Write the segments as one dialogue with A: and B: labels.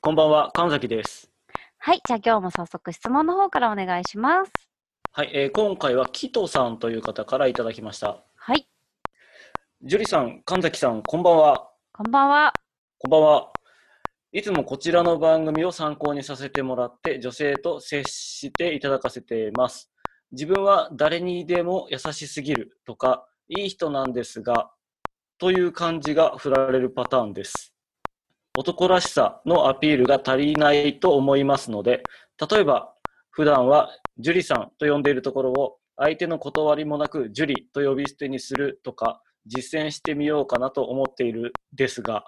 A: こんばんは、神崎です。
B: はい、じゃあ今日も早速質問の方からお願いします。
A: はい、えー今回はキトさんという方からいただきました。
B: はい、
A: 樹里さん、神崎さん、こんばんは。
B: こんばんは。
A: こんばんは。いつもこちらの番組を参考にさせてもらって、女性と接していただかせています。自分は誰にでも優しすぎるとか、いい人なんですが、という感じが振られるパターンです。男らしさのアピールが足りないと思いますので、例えば、普段はジュリさんと呼んでいるところを、相手の断りもなくジュリと呼び捨てにするとか、実践してみようかなと思っているですが、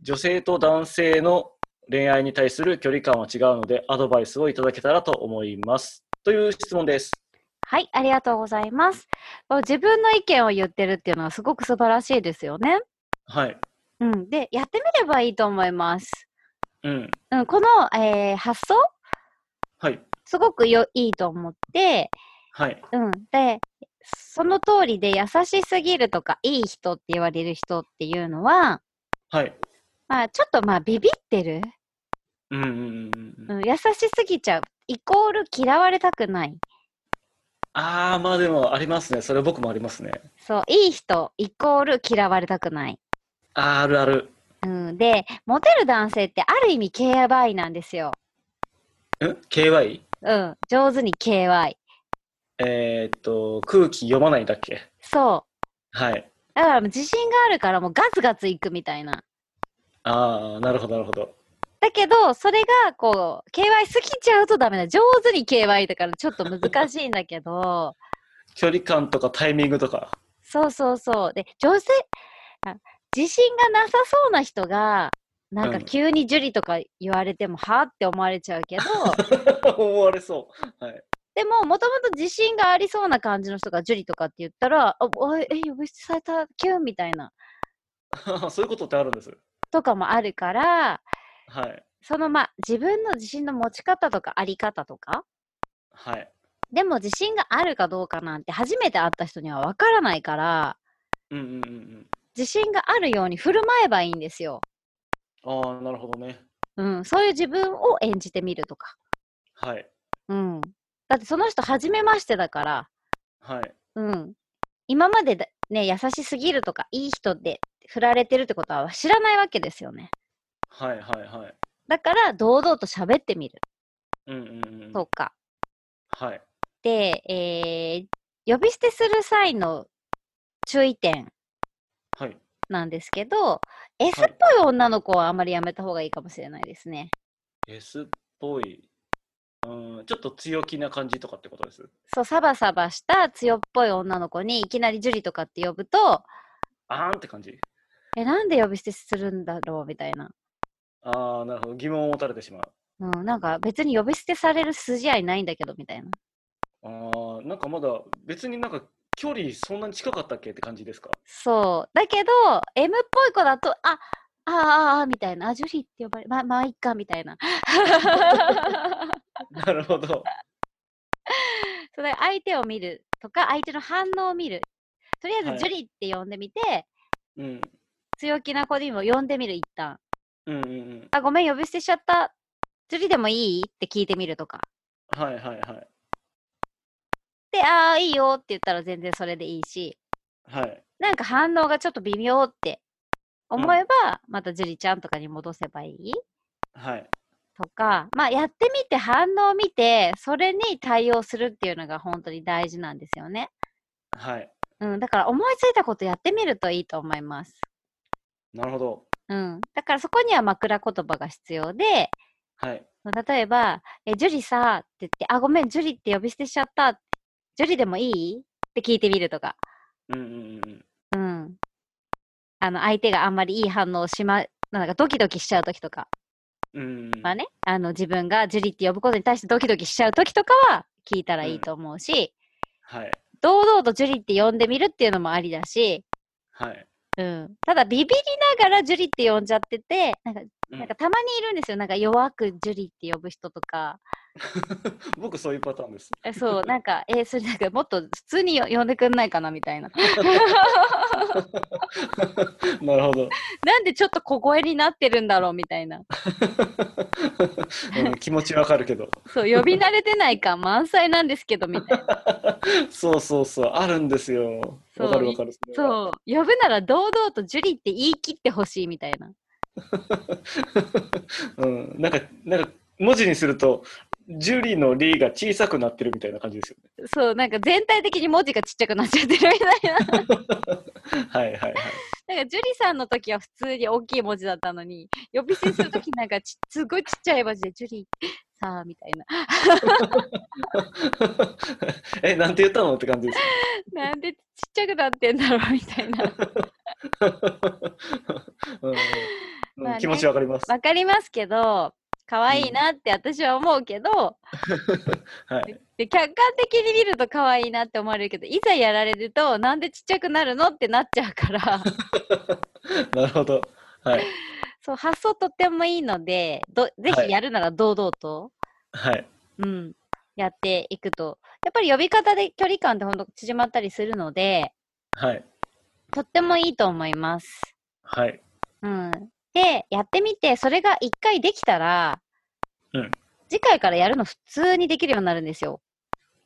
A: 女性と男性の恋愛に対する距離感は違うので、アドバイスをいただけたらと思います。という質問です。
B: はい、ありがとうございます。こう自分の意見を言ってるっていうのはすごく素晴らしいですよね。
A: はい。
B: うん、で、やってみればいいと思います。
A: うん。
B: うん、この、えー発想、
A: はい。
B: すごくよいいと思って、
A: はい。
B: うん、で、その通りで優しすぎるとか、いい人って言われる人っていうのは、
A: はい。
B: まあ、ちょっとまあ、ビビってる、
A: うんうんうんうんう。
B: うんん、優しすぎちゃう。イコール嫌われたくない。
A: あー、まあでもありますね。それ僕もありますね。
B: そう、いい人イコール嫌われたくない。
A: あーあるある。
B: うん、で、モテる男性ってある意味 KY なんですよ。
A: ん ?KY?
B: うん、上手に KY。
A: えー、っと、空気読まないだっけ
B: そう。
A: はい。
B: だからもう自信があるからもうガツガツいくみたいな。
A: ああ、なるほど、なるほど。
B: だけど、それがこう、KY 過ぎちゃうとダメだ。上手に KY だからちょっと難しいんだけど、
A: 距離感とかタイミングとか。
B: そうそうそう。で、女性、あ自信がなさそうな人が、なんか
A: うん
B: 急に樹里とか言われても、はあって思われちゃうけど、
A: 思われそう。はい。
B: でも、もともと自信がありそうな感じの人が樹里とかって言ったら、あ、おいえ、呼び捨てされた、キュンみたいな、
A: そういう ことってあるんです。
B: とかもあるから、
A: はい。
B: そのまあ、自分の自信の持ち方とかあり方とか、
A: はい。
B: でも自信があるかどうかなんて初めて会った人にはわからないから、
A: うんうんうんうん。
B: 自信があるように振る舞えばいいんですよ。
A: ああ、なるほどね。
B: うん、そういう自分を演じてみるとか。
A: はい。
B: うん。だってその人初めましてだから、
A: はい。
B: うん。今までだね、優しすぎるとか、いい人で振られてるってことは知らないわけですよね。
A: はいはいはい。
B: だから、堂々と喋ってみる
A: うんうんうん。
B: とか。
A: はい。
B: で、えー呼び捨てする際の注意点
A: はい。
B: なんですけど、S っぽい女の子はあまりやめた方がいいかもしれないですね。
A: S っぽい。うん、ちょっと強気な感じとかってことです。
B: そう、サバサバした強っぽい女の子にいきなりジュリとかって呼ぶと、
A: あーんって感じ。
B: え、なんで呼び捨てするんだろうみたいな。
A: ああ、なるほど。疑問を持たれてしまう。
B: うん、なんか別に呼び捨てされる筋合いないんだけどみたいな。
A: ああ、なんかまだ別になんか距離そんなに近かったっけって感じで すか
B: そう。だけど、M っぽい子だと、あああーあーみたいな、あジュリって呼ばれ、ま、まあ、いっか、みたいな。
A: なるほど。
B: そそれ相手を見るとか、相手の反応を見る。とりあ
A: は
B: え
A: い
B: ず、ジュリって呼んでみて、
A: うん。
B: 強気な子にも呼んでみる、一旦。
A: うんうんうん。
B: あ、ごめん、呼び捨てしちゃった。ジュリでもいいって聞いてみるとか。
A: はいはいはい。
B: で、ああ、いいよって言ったら全然それでいいし、
A: はい。
B: なんか反応がちょっと微妙って思えば、またジュリちゃんとかに戻せばいい
A: はい。
B: とか、まあやってみて反応を見て、それに対応するっていうのが本当に大事なんですよね。
A: はい。
B: うん、だから思いついたことやってみるといいと思います。
A: なるほど。
B: うん、だからそこには枕言葉が必要で、
A: はい。
B: 例えば、え、ジュリさ、って言って、あ、ごめん、ジュリって呼び捨てしちゃった。ジュリでもいいって聞いてみるとか。
A: うんうんうんうん。
B: うん。あの、相手があんまりいい反応をしま、なんかドキドキしちゃうときとか
A: うんうん。
B: はね、あの、自分がジュリって呼ぶことに対してドキドキしちゃうときとかは聞いたらいいと思うし、
A: はい。
B: 堂々とジュリって呼んでみるっていうのもありだし、
A: はい。
B: うん。ただ、ビビりながらジュリって呼んじゃってて、なんか、
A: うん
B: なんかたまにいるんですよ。なんか弱くジュリって呼ぶ人とか。
A: 僕そういうパターンです。
B: えそう、なんか、えそれなんかもっと普通によ呼んでくんないかなみたいな。
A: なるほど、
B: なんでちょっと小声になってるんだろうみたいな。
A: うん気持ちわかるけど。
B: そう、呼び慣れてない感満載なんですけど、みたいな。
A: そうそうそう、あるんですよ。
B: そう
A: わかるわかる。う。
B: そう、呼ぶなら堂々とジュリって言い切ってほしいみたいな。
A: うん、なんか、なんか、文字にすると、ジュリのリーが小さくなってるみたいな感じですよ
B: そう、なんか全体的に文字がちっちゃくなっちゃってるみたいな。
A: ね。はいはいはい。
B: なんかジュリさんの時は普通に大きい文字だったのに、呼び捨てする時なんかち すごいちっちゃい文字で、ジュリさあみたい な。
A: え、なんて言ったのって感じです よね。
B: なんでちっちゃくなってんだろうみたいな。
A: うんうん
B: まあね
A: 気持ちわかりま す。
B: わかりますけど、可愛いなって私は思うけど、
A: はい。
B: で客観的に見ると可愛いなって思われるけど、いざやられると、なんでちっちゃくなるのってなっちゃう から。
A: なるほど。はい。
B: そう発想とってもいいのでどぜ
A: は
B: ひ
A: い
B: やるなら堂々と、
A: はい。
B: うん、やっていくとやっぱり呼び方で距離感ってほんと縮まったりするので
A: はい。
B: とってもいいと思います。
A: はい。
B: うん、でやってみてそれが1回できたら、
A: うん
B: 次回からやるの普通にできるようになるんですよ。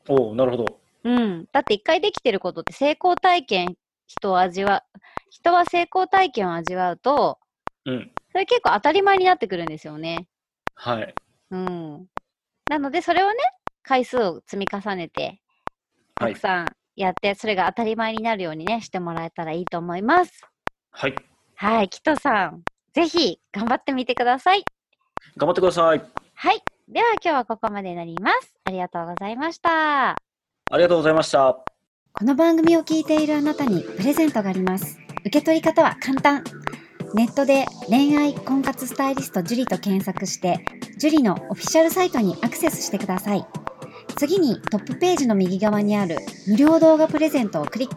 A: おお、なるほど。
B: うん、だって1回できてることって成功体験人を味わ人は成功体験を味わうと
A: うん。
B: それ結構当たり前になってくるんですよね。
A: はい。
B: うん。なので、それをね、回数を積み重ねて、た
A: は
B: く
A: い。
B: さんやって、それが当たり前になるようにね、してもらえたらいいと思います。
A: はい。
B: はい、キトさん、ぜひ頑張ってみてください。
A: 頑張ってください。
B: はい。では、今日はここまでになります。ありがとうございました。
A: ありがとうございました。
B: この番組を聞いているあなたにプレゼントがあります。受け取り方は簡単。ネットで恋愛婚活スタイリスト樹と検索して、樹のオフィシャルサイトにアクセスしてください。次にトップページの右側にある無料動画プレゼントをクリック。